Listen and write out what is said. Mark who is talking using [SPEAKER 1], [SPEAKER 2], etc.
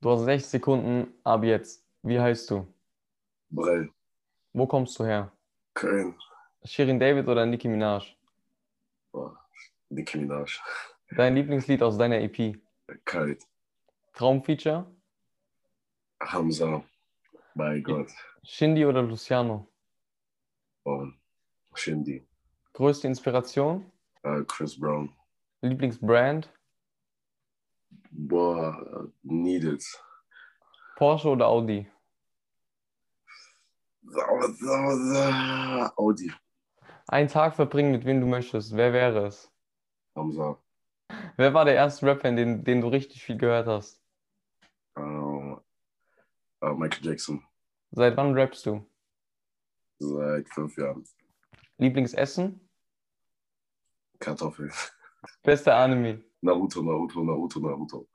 [SPEAKER 1] Du hast 60 Sekunden ab jetzt. Wie heißt du?
[SPEAKER 2] Brell,
[SPEAKER 1] Wo kommst du her?
[SPEAKER 2] Köln,
[SPEAKER 1] Shirin David oder Nicki Minaj?
[SPEAKER 2] Nicki Minaj,
[SPEAKER 1] Dein Lieblingslied aus deiner EP?
[SPEAKER 2] Kalt,
[SPEAKER 1] Traumfeature?
[SPEAKER 2] Hamza, bei Gott,
[SPEAKER 1] Shindy oder Luciano?
[SPEAKER 2] oh, Shindy,
[SPEAKER 1] Größte Inspiration?
[SPEAKER 2] äh, Chris Brown,
[SPEAKER 1] Lieblingsbrand?
[SPEAKER 2] boah, Needles.
[SPEAKER 1] Porsche oder Audi?
[SPEAKER 2] Sau, sau, sau. Audi,
[SPEAKER 1] Einen Tag verbringen, mit wem du möchtest. Wer wäre es?
[SPEAKER 2] Hamza,
[SPEAKER 1] Wer war der erste Rapper, den, den du richtig viel gehört hast?
[SPEAKER 2] ähm, äh, Michael Jackson,
[SPEAKER 1] Seit wann rappst du?
[SPEAKER 2] seit fünf Jahren.
[SPEAKER 1] Lieblingsessen?
[SPEAKER 2] Kartoffeln.
[SPEAKER 1] Bester Anime?
[SPEAKER 2] Naruto, Naruto, Naruto, Naruto.